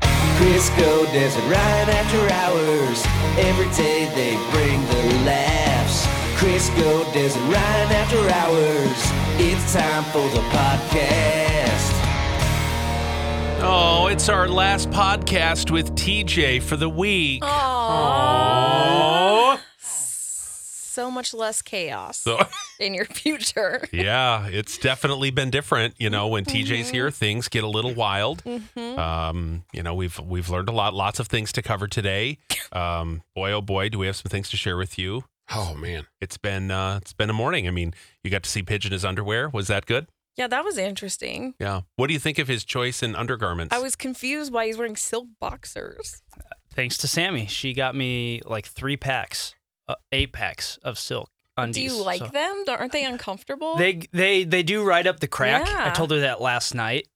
Crisco does it right after hours. Every day they bring the laughs. Crisco does it right after hours. It's time for the podcast. Oh, it's our last podcast with TJ for the week. Oh. so much less chaos So, in your future. yeah, it's definitely been different. You know, when TJ's Mm-hmm. here, things get a little wild. Um, you know, we've we've learned a lot, lots of things to cover today. Um, boy, oh boy, do we have some things to share with you. Oh man, It's been uh, it's been a morning. I mean, you got to see Pidge in his underwear. Was that good? Yeah, that was interesting. Yeah. What do you think of his choice in undergarments? I was confused why he's wearing silk boxers. thanks to Sammy, she got me like three packs, uh, eight packs of silk Do undies. you like so- them? Aren't they uncomfortable? They they they do ride up the crack. Yeah. I told her that last night,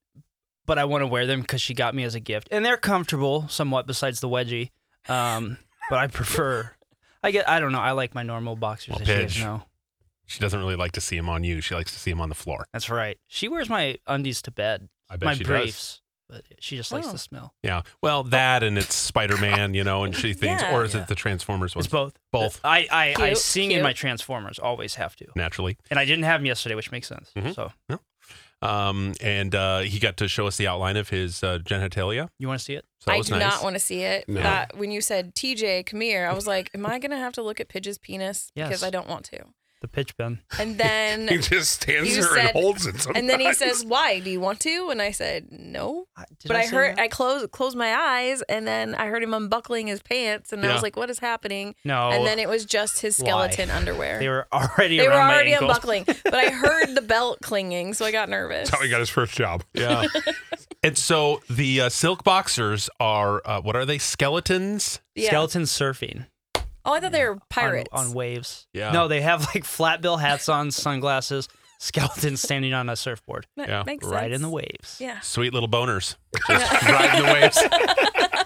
but I want to wear them because she got me as a gift, and they're comfortable somewhat, besides the wedgie. Um, but I prefer. I get. I don't know. I like my normal boxers. Well, as you guys Pidge. know. she doesn't really like to see him on you. She likes to see him on the floor. That's right. She wears my undies to bed. I bet my she does. briefs, but she just likes Oh. the smell. Yeah. Well, that and it's Spider Man, you know, and she thinks, Yeah. or is Yeah. it the Transformers one? It's both. Both. I I, I Cute, sing cute. in my Transformers. Always have to. Naturally. And I didn't have them yesterday, which makes sense. Mhm. So Um, and uh, he got to show us the outline of his uh, genitalia. you want to see it? So that I was do nice. not want to see it. No. That when you said TJ, come here, I was like, am I gonna have to look at Pidge's penis? Because Yes. I don't want to. The pitch bend. And then he just stands you there said- and holds it. Sometimes. and then he says, Why? Do you want to? And I said, No. but I, heard I closed closed my eyes and then I heard him unbuckling his pants and I Yeah. was like, What is happening? no. and then it was just his Lie. skeleton underwear. They were already. They were around my already ankles. unbuckling, but I heard the belt clinging, so I got nervous. "That's how he got his first job." Yeah. and so the uh, silk boxers are, uh, what are they? Skeletons? Yeah. Skeleton surfing. Oh, I thought they were pirates. on, on waves. Yeah. No, they have like flat bill hats on, sunglasses. Skeleton standing on a surfboard, That Yeah. makes right in the sense. waves. Yeah. Sweet little boners. Just riding the waves. That's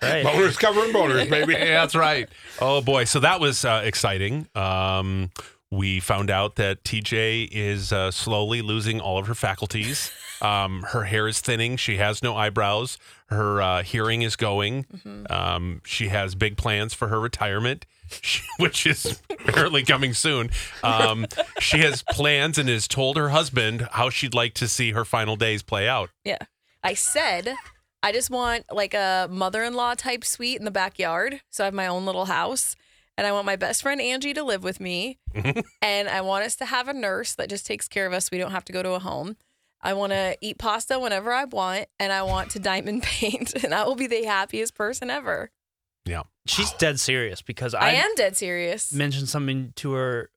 right. Boners covering boners, baby. Yeah, that's right. Oh, boy. So that was uh, exciting. Um, we found out that TJ is uh, slowly losing all of her faculties. Um, her hair is thinning. She has no eyebrows. Her uh, hearing is going. Um, she has big plans for her retirement, she- which is apparently coming soon. Um, she has plans and has told her husband how she'd like to see her final days play out. Yeah. I said, I just want like a mother in law type suite in the backyard. So I have my own little house. And I want my best friend Angie to live with me. and I want us to have a nurse that just takes care of us. We don't have to go to a home. I want to eat pasta whenever I want. And I want to diamond paint. And I will be the happiest person ever. Yeah. She's dead serious because I, I, am dead serious. mentioned something to her.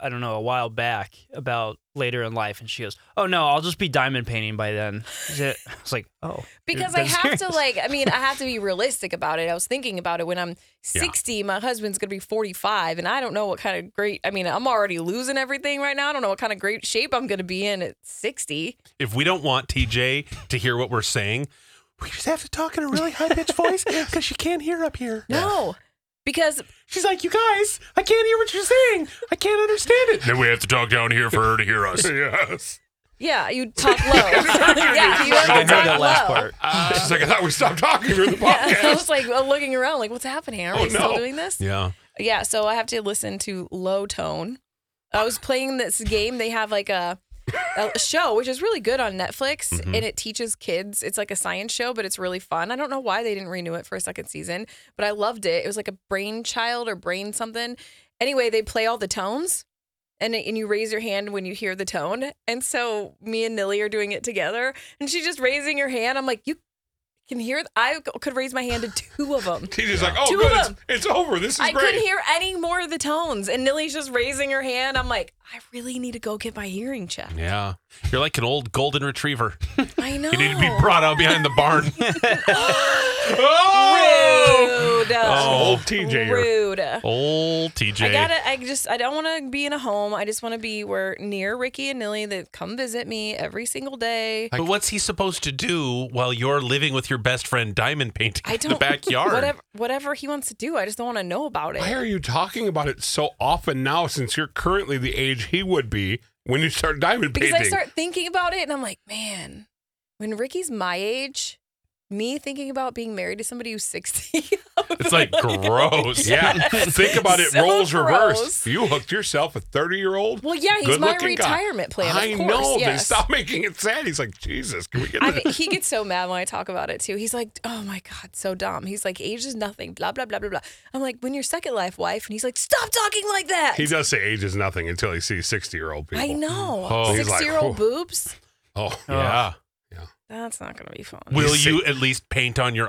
I don't know a while back about later in life, and she goes, "Oh no, I'll just be diamond painting by then." I was like, "Oh, you're because I dead have to serious." like I mean I have to be realistic about it. I was thinking about it when I'm 60, my husband's going to be 45 and I don't know what kind of great I mean I'm already losing everything right now. I don't know what kind of great shape I'm going to be in at 60. if we don't want TJ to hear what we're saying, we just have to talk in a really high pitched voice because she can't hear up here. No. Because She's like, "You guys, I can't hear what you're saying. I can't understand it." Then we have to talk down here for her to hear us. yes. yeah, you talk low. yeah, you have to I heard talk that last low. part. She's like, I thought we stopped talking during the Yeah, I podcast. was like uh, looking around like what's happening? Are we Oh, still no. doing this? Yeah, Yeah, so I have to listen to low tone. I was playing this game. They have like a, a show, which is really good on Netflix, Mm-hmm. and it teaches kids. It's like a science show, but it's really fun. I don't know why they didn't renew it for a second season, but I loved it. It was like a brain child or brain something. Anyway, they play all the tones. And, and you raise your hand when you hear the tone. And so me and Nilly are doing it together. And she's just raising her hand. I'm like, you can hear. I could raise my hand to two of them. TJ's like, oh, Two of good. It's, them. it's over. This is I great. couldn't hear any more of the tones, and Nilly's just raising her hand. I'm like, I really need to go get my hearing checked. Yeah. You're like an old golden retriever. I know. You need to be brought out behind the barn. Rude. Oh. Old TJ. -er. Rude. Old TJ. I gotta. I just. I don't want to be in a home. I just want to be where near Ricky and Nilly. That come visit me every single day. but what's he supposed to do while you're living with your best friend diamond painting I in don't. the backyard? Whatever. Whatever he wants to do. I just don't want to know about it. Why are you talking about it so often now since you're currently the age he would be when you start diamond because I painting? start thinking about it and I'm like, man, when Ricky's my age, me thinking about being married to somebody who's 60. It's like gross. yeah. Think about it. So roles gross. reversed. You hooked yourself a 30 year old. Well, yeah, he's my retirement plan. Of I course, know. Then yes. stop making it sad. He's like, Jesus, can we get I this? mean, he gets so mad when I talk about it too. He's like, "Oh my god, so dumb." He's like, "Age is nothing." Blah blah blah blah blah. I'm like, "When your second life wife," and he's like, "Stop talking like that." He does say age is nothing until he sees 60 year old people. I know. Oh. He's like, Six year old "Whew." boobs. Oh, Yeah. That's not gonna be fun. Will He's you at least paint on your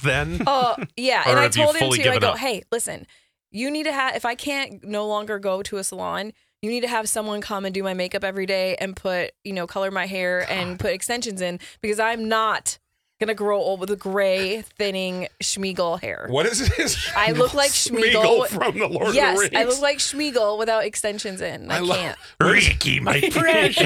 then? Oh yeah, and Or I have you told him fully to. I given go, up? hey, listen, you need to have. If I can't no longer go to a salon, you need to have someone come and do my makeup every day and put, you know, color my hair and put extensions in because I'm not gonna grow old with a gray thinning Schmiegel hair. What is this? I look like Smeagol Schmeagol. from the Lord yes, of the Rings. I look like Schmiegel without extensions in. I, lo- can't. Ricky, my precious.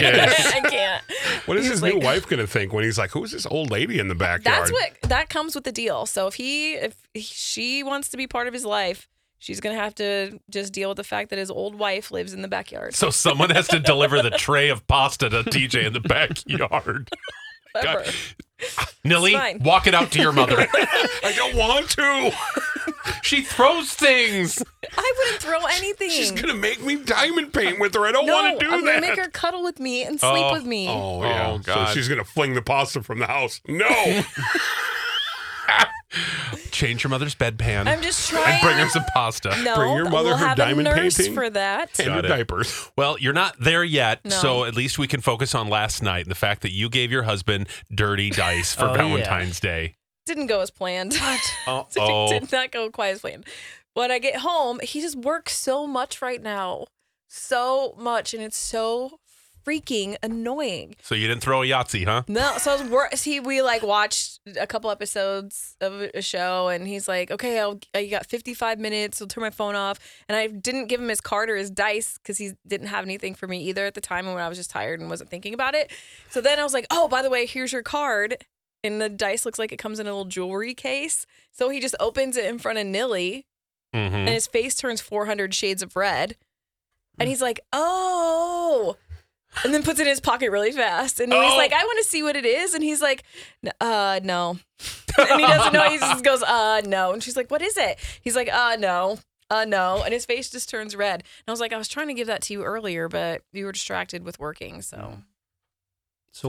I can't. What is He's his new like- wife going to think when he's like, who's this old lady in the backyard? That's what that comes with the deal. So if he if she wants to be part of his life, she's gonna have to just deal with the fact that his old wife lives in the backyard. So someone has to deliver the tray of pasta to TJ in the backyard. Forever. Nilly, fine. walk it out to your mother. I don't want to. she throws things. I wouldn't throw anything. She's going to make me diamond paint with her. I don't no, want to do I'm that. gonna make her cuddle with me and sleep Oh, with me. Oh, Oh, yeah. God. So she's going to fling the pasta from the house. No. Change your mother's bedpan. I'm just and trying. bring her some pasta. no, bring your mother we'll her have diamond a nurse painting. for that. and your Got it. diapers. Well, you're not there yet, No. so at least we can focus on last night and the fact that you gave your husband dirty dice for Oh, yeah. Valentine's Day. Didn't go as planned. Oh, did not go quite as planned. When I get home, he just works so much right now, so much, and it's so freaking annoying. so you didn't throw a Yahtzee, huh? No, so I was wor- he we like watched a couple episodes of a show, and he's like, "Okay, I'll, I got 55 minutes. I'll turn my phone off." And I didn't give him his card or his dice because he didn't have anything for me either at the time, and when I was just tired and wasn't thinking about it. So then I was like, "Oh, by the way, here's your card." And the dice looks like it comes in a little jewelry case. So he just opens it in front of Nilly, Mm-hmm. and his face turns 400 shades of red. And he's like, oh. And then puts it in his pocket really fast. And he's Oh. like, I want to see what it is. And he's like, "N- uh, no. and he doesn't know. He just goes, uh, no. And she's like, what is it? He's like, uh, no. Uh, no. And his face just turns red. And I was like, I was trying to give that to you earlier, but you were distracted with working. So, So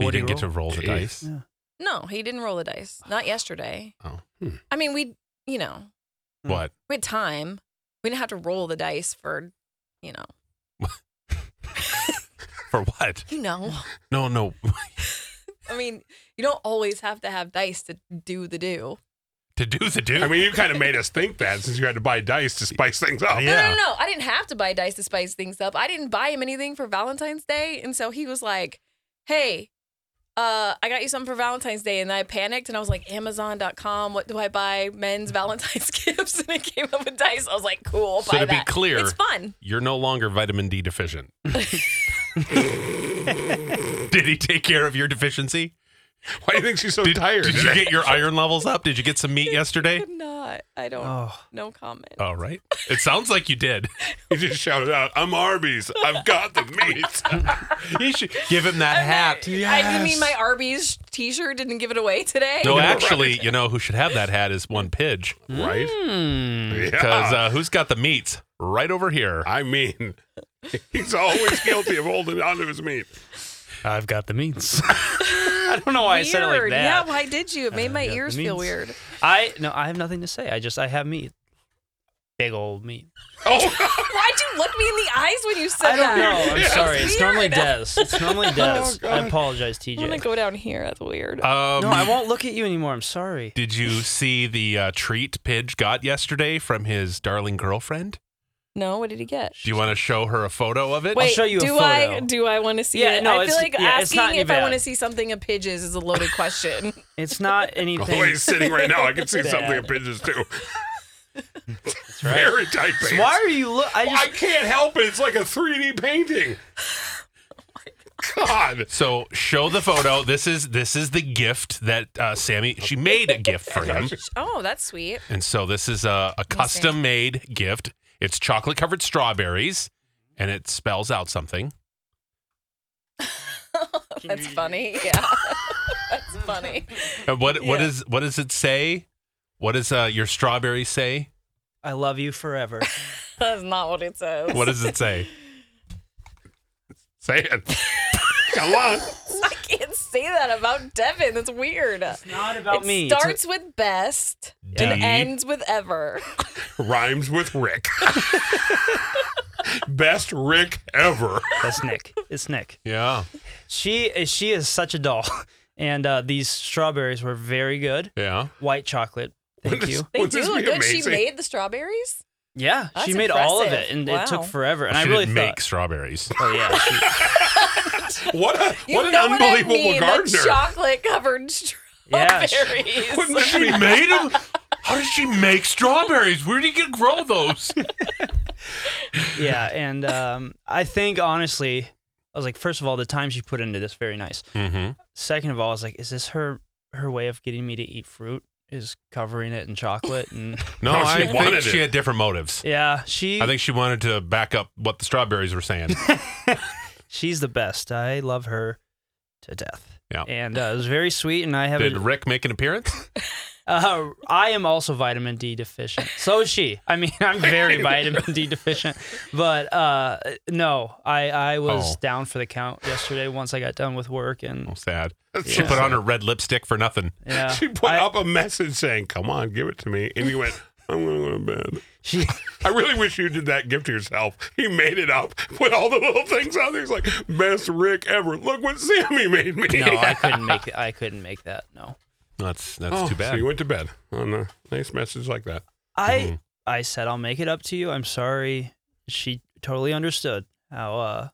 So you what do didn't you get to roll roll? the Jeez. dice. Yeah. no, he didn't roll the dice. Not yesterday. Oh. Hmm. I mean, we, you know, Hmm. What? we had time. We didn't have to roll the dice for, you know, For what? you know. No, no. I mean, you don't always have to have dice to do the do. to do the do. I mean, you kind of made us think that since you had to buy dice to spice things up. Yeah. No, no, no. I didn't have to buy dice to spice things up. I didn't buy him anything for Valentine's Day, and so he was like, "Hey, uh, I got you something for Valentine's Day," and I panicked and I was like, "Amazon.com. What do I buy? Men's Valentine's gifts?" And it came up with dice. I was like, "Cool, So buy to be that. clear- it's fun." You're no longer vitamin D deficient. Did he take care of your deficiency? Why do you think she's so Did, tired? did you get your iron levels up? Did you get some meat yesterday? Could not. I don't. Oh. No comment. All right. It sounds like you did. He just shouted out, I'm Arby's. I've got the meat. You should give him that hat. I didn't mean my Arby's T-shirt didn't give it away today. No, actually, you know who should have that hat is one Pidge. right? Hmm. Because Because uh, who's got the meats? Right over here. I mean, he's always guilty of holding onto his meat. I've got the means. I don't know why I said it like Weird. that. Yeah, why did you? It made my yeah, ears it feel means- weird. I no, I have nothing to say. I just I have meat. big old meat. Oh, Why'd you look me in the eyes when you said I don't know. that? I'm Yes. sorry. It's Weird. normally Des. It's normally Des. Oh, God. I apologize, TJ. I want to go down here. That's weird. Uh, Um, no, I won't look at you anymore. I'm sorry. Did you see the uh, treat Pidge got yesterday from his darling girlfriend? no, what did he get? Do you want to show her a photo of it? Wait, show you a do I photo. do I want to see Yeah, it? no, I feel it's- like yeah, it's asking not any if I bad. want to see something of Pidge's is a loaded question. It's not oh, anything. he's sitting right now. I can see something Bad. in pigeons too. Very tight pants. Why are you look? I Well, I just can't help it. It's like a 3D painting. God. So show the photo. This is this is the gift that uh, Sammy she made a gift for him, Oh, that's sweet. and so this is a, a custom made gift. It's chocolate covered strawberries, and it spells out something. That's funny. Yeah, that's funny. And Uh, what what Yeah. is what does it say? What does uh, your strawberry say? I love you forever. That's not what it says. What does it say? Say it. Come on. I can't say that about Devin. That's weird. Not about it me. It's a- starts with best and D. ends with ever. Rhymes with Rick. Best Rick ever. That's Nick. It's Nick. Yeah, She is. She is such a doll. And uh, these strawberries were very good. yeah. White chocolate. Thank Wouldn't you. this- They wouldn't do this look be good. She amazing? made the strawberries. Yeah, she That's made all of it, impressive. and it Wow. took forever. And she I really didn't thought, make strawberries. oh yeah, she- What, a, You what an know what I unbelievable mean, the gardener. Chocolate covered Yeah, strawberries. she- Wouldn't she made them? How did she make strawberries? Where did you grow those? yeah, and um, I think honestly, I was like, first of all, the time she put into this very nice. Mm-hmm. Second of all, I was like, is this her her way of getting me to eat fruit? Is covering it in chocolate and No, No, she I think wanted she it. had different motives. yeah, she I think she wanted to back up what the strawberries were saying. she's the best. I love her to death. Yeah. and uh, it was very sweet, and I have Did Rick make an appearance? Uh, I am also vitamin D deficient. So is she. I mean, I'm very vitamin D deficient. But uh, no, I, I was Oh. down for the count yesterday once I got done with work. Oh, And sad. That's She so put sad. on her red lipstick for nothing. yeah, She put I- up a message saying, Come on, give it to me. And you went, I'm going to go to bed. She, I really wish you did that gift to yourself. He made it up, put all the little things on there. He's like, Best Rick ever. Look what Sammy made me. no, I couldn't make I couldn't make that. No, That's that's Oh, too So bad. you went to bed on a nice message like that. I I said I'll make it up to you. I'm sorry. She totally understood how uh,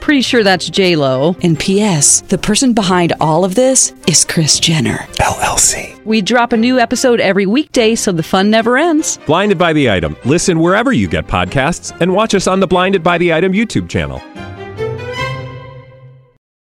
Pretty sure that's J Lo. And P.S. The person behind all of this is Chris Jenner LLC. We drop a new episode every weekday, so the fun never ends. Blinded by the item. Listen wherever you get podcasts, and watch us on the Blinded by the Item YouTube channel.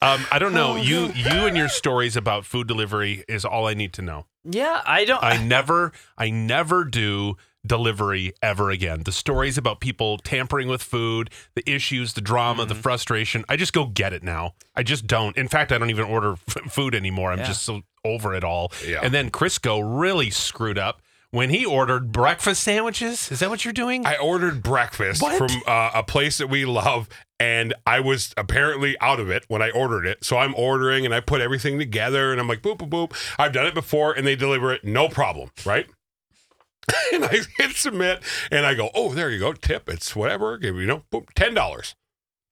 Um, I don't Oh, know. you you and your stories about food delivery is all I need to know. Yeah, I don't. I never I never do delivery ever again. The stories about people tampering with food, the issues, the drama, the frustration. I just go get it now. I just don't. In fact, I don't even order f- food anymore. I'm Yeah. just so over it all. Yeah. And then Crisco really screwed up when he ordered breakfast sandwiches. Is that what you're doing? I ordered breakfast What? from uh, a place that we love, and I was apparently out of it when I ordered it. So I'm ordering, and I put everything together, and I'm like, boop, boop, boop. I've done it before, and they deliver it, no problem, right? and I hit submit, and I go, oh, there you go, tip, it's whatever, give you know, boop, ten dollars.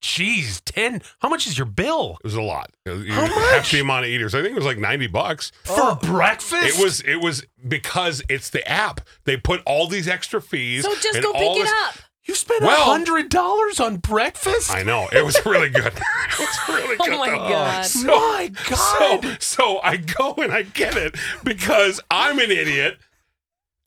Jeez, 10. How much is your bill? It was a lot. It was, How it was a much? Hefty amount of eaters. I think it was like ninety bucks. For breakfast? Uh, It was it was because it's the app. They put all these extra fees. So just and go all pick it this- up. You spent a Well- $100 on breakfast? I know. It was really good. it was really Oh good. my though. uh, God. My God. So, so I go and I get it because I'm an idiot.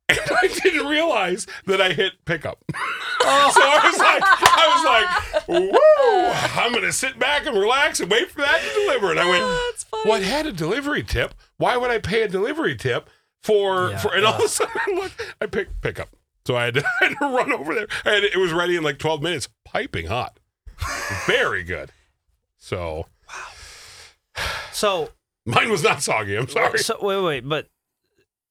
And I didn't realize that I hit pickup. so I was like, I was like, woo, I'm gonna sit back and relax and wait for that to deliver. And I went, Oh, That's funny. What had a delivery tip? Why would I pay a delivery tip for Yeah, for and all of a sudden I look, I picked pickup. So I had, to, I had to run over there. And it was ready in like 12 minutes, piping hot. Very good. So so mine was not soggy, I'm sorry. So wait, wait, but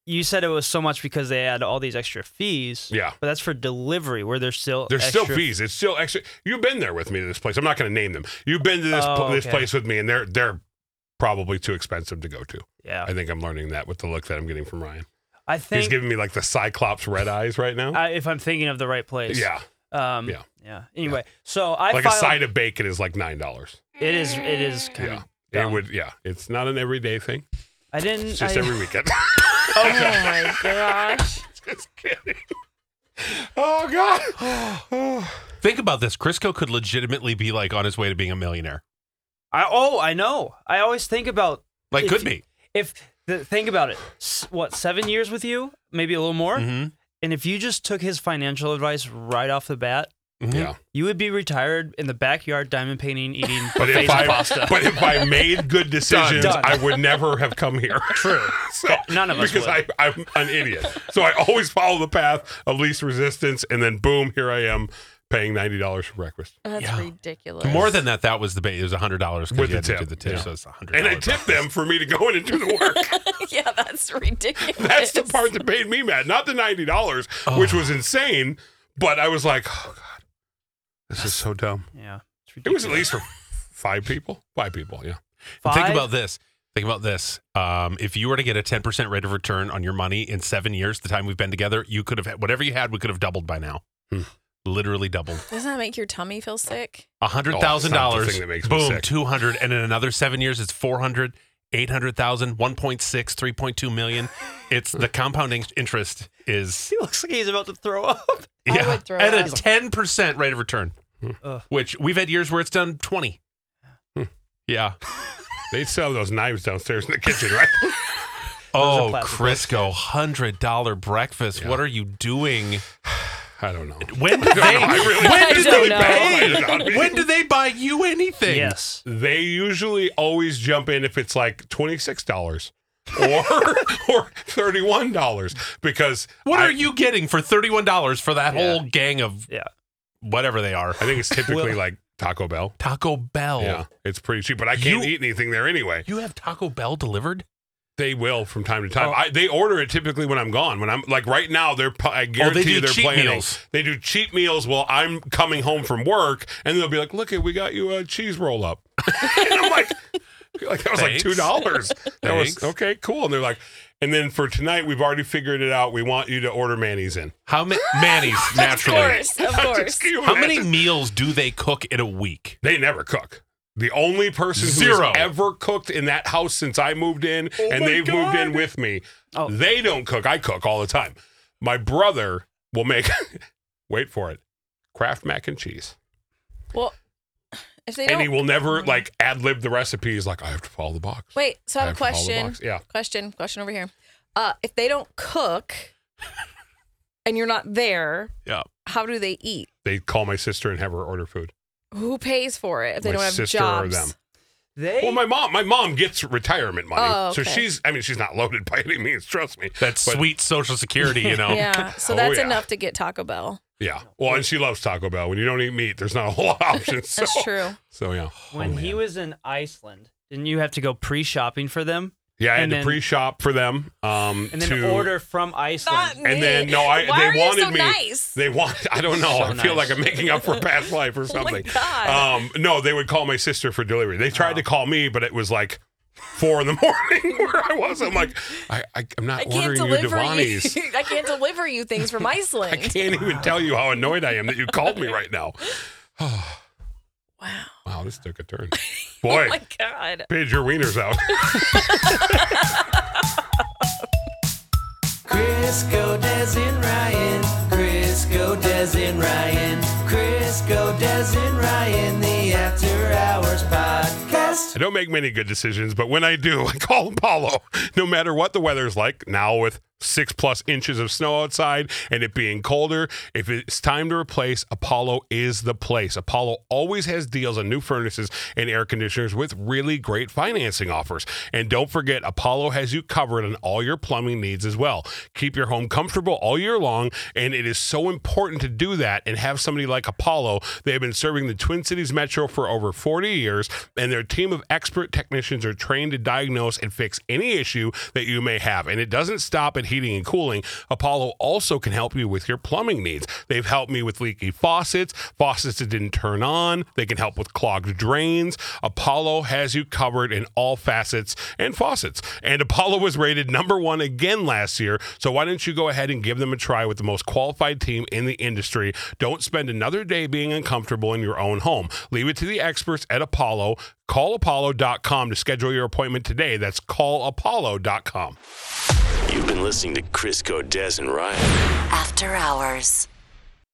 you said it was so much because they had all these extra fees. Yeah. But that's for delivery where there's still There's extra still fees. It's still extra. You've been there with me to this place. I'm not going to name them. You've been to this Oh, pl- this okay. place with me, and they're they're probably too expensive to go to. Yeah. I think I'm learning that with the look that I'm getting from Ryan. I He's think giving me like the Cyclops red eyes right now. I, if I'm thinking of the right place. yeah, Um, Yeah. yeah. Anyway, so I like filed, a side of bacon is like nine dollars. It is. It is kind Yeah, of. it would. Yeah, it's not an everyday thing. I didn't. It's just I, every weekend. Oh my gosh. just kidding. Oh God. Oh. Think about this. Crisco could legitimately be like on his way to being a millionaire. I oh I know. I always think about Like, If could you- be. if the, think about it. S- What seven years with you? Maybe a little more. Mm-hmm. Mhm. And if you just took his financial advice right off the bat, Mhm. Yeah. you would be retired in the backyard diamond painting eating But buffets if of I pasta. but if I made good decisions, Done. I would never have come here. True. so, None of us because would. I, I'm an idiot. So I always follow the path of least resistance, and then boom, here I am paying ninety dollars for breakfast. That's Yeah. ridiculous. More than that, that was the bait. It was hundred dollars With because you had the to do tip. the tip. Yeah. So it's hundred. And I tipped them for me to go in and do the work. yeah, that's ridiculous. That's the part that made me mad, not the ninety dollars, which was insane. But I was like, oh god, this is so dumb. yeah. It's It was ridiculous. at least for five people. Five people, yeah. Think Five? about this. Think about this. Um, if you were to get a ten percent rate of return on your money in seven years, the time we've been together, you could have whatever you had, we could have doubled by now. Hmm. Literally doubled. Doesn't that make your tummy feel sick? A hundred Oh, thousand that's not the dollars. thing that makes me Boom, sick. two hundred, and in another seven years, it's 400, 800,000, 1.6, 3.2 million. It's the compounding interest is He looks like he's about to throw up. I yeah, would throw at a up. ten percent rate of return, Ugh. which we've had years where it's done twenty. Hmm. Yeah. They sell those knives downstairs in the kitchen, right? are Oh, plastic Crisco, hundred dollar breakfast. What are you doing? I don't know. When did I they? don't know. I really- when did I don't they know. pay? when do they buy you anything? Yes. They usually always jump in if it's like twenty six dollars or or thirty one dollars because What I, are you getting for thirty-one dollars for that Yeah. whole gang of Yeah. whatever they are? I think it's typically Well- like Taco Bell. Taco Bell. Yeah, it's pretty cheap, but I can't Oh. You- eat anything there anyway. You have Taco Bell delivered? They will from time to time. Oh. I, they order it typically when I'm gone. When I'm like right now, they're pu- I guarantee Oh, do they are cheat planning. meals. They do cheap meals while I'm coming home from work, and they'll be like, "Look, it, we got you a cheese roll up," and I'm like, "Like that was like Thanks. two dollars." That was Thanks. okay, cool. And they're like, "And then for tonight, we've already figured it out. We want you to order Manny's in." How many Manny's naturally? Of course, of course. Can you How many imagine? meals do they cook in a week? They never cook. The only person who Zero. Oh has ever cooked in that house since I moved in, and my they've moved in God. with me. Oh. They don't cook. I cook all the time. My brother will make. wait for it. Kraft mac and cheese, Well, if they and don't. he will never like ad lib the recipe. He's like, I have to follow the box. Wait, so I have a to follow the question. box." Yeah, Question, question over here. Uh, if they don't cook and you're not there, Yeah. how do they eat? they call my sister and have her order food. Who pays for it if they My don't have sister or jobs? them. They Well, my mom, my mom gets retirement money, Oh, so okay. she's. I mean, she's not loaded by any means. Trust me. That's But- sweet Social Security, you know. Yeah, so Oh, that's yeah. enough to get Taco Bell. Yeah. Well, and she loves Taco Bell. When you don't eat meat, there's not a whole lot of options. So, That's true. So Oh, yeah. when he was in Iceland, didn't you have to go pre-shopping for them Yeah, I had And to then- pre-shop for them. Um, and then to, order from Iceland? And then no, I Why they are you wanted so me. nice? They want. I don't know. So I feel nice. like I'm making up for past life or Oh my something. god. um, no, they would call my sister for delivery. They tried to Oh. call me, but it was like four in the morning where I was. I'm like, I, I I'm not I can't ordering you deliver you. Devani's. I can't deliver you things from Iceland. I can't even tell you how annoyed I am that you called me right now. Wow. Wow, this took a turn. Boy, Oh my god. page your wieners out. Crisco Des and Ryan. Crisco Des and Ryan. Crisco Des and Ryan. The After Hours Podcast. I don't make many good decisions, but when I do, I call Apollo. No matter what the weather's like, now with six plus inches of snow outside and it being colder, if it's time to replace, Apollo is the place. Apollo always has deals on new furnaces and air conditioners with really great financing offers. And don't forget, Apollo has you covered on all your plumbing needs as well. Keep your home comfortable all year long, and it is so important to do that and have somebody like Apollo. They have been serving the Twin Cities Metro for over 40 years, and their team of expert technicians are trained to diagnose and fix any issue that you may have. And it doesn't stop at heating and cooling, Apollo also can help you with your plumbing needs. They've helped me with leaky faucets, faucets that didn't turn on. They can help with clogged drains. Apollo has you covered in all facets and faucets. And Apollo was rated number one again last year. So why don't you go ahead and give them a try with the most qualified team in the industry? Don't spend another day being uncomfortable in your own home. Leave it to the experts at Apollo. Call apollo.com to schedule your appointment today. That's callapollo.com. You've been listening to Chris Godez and Ryan. After Hours.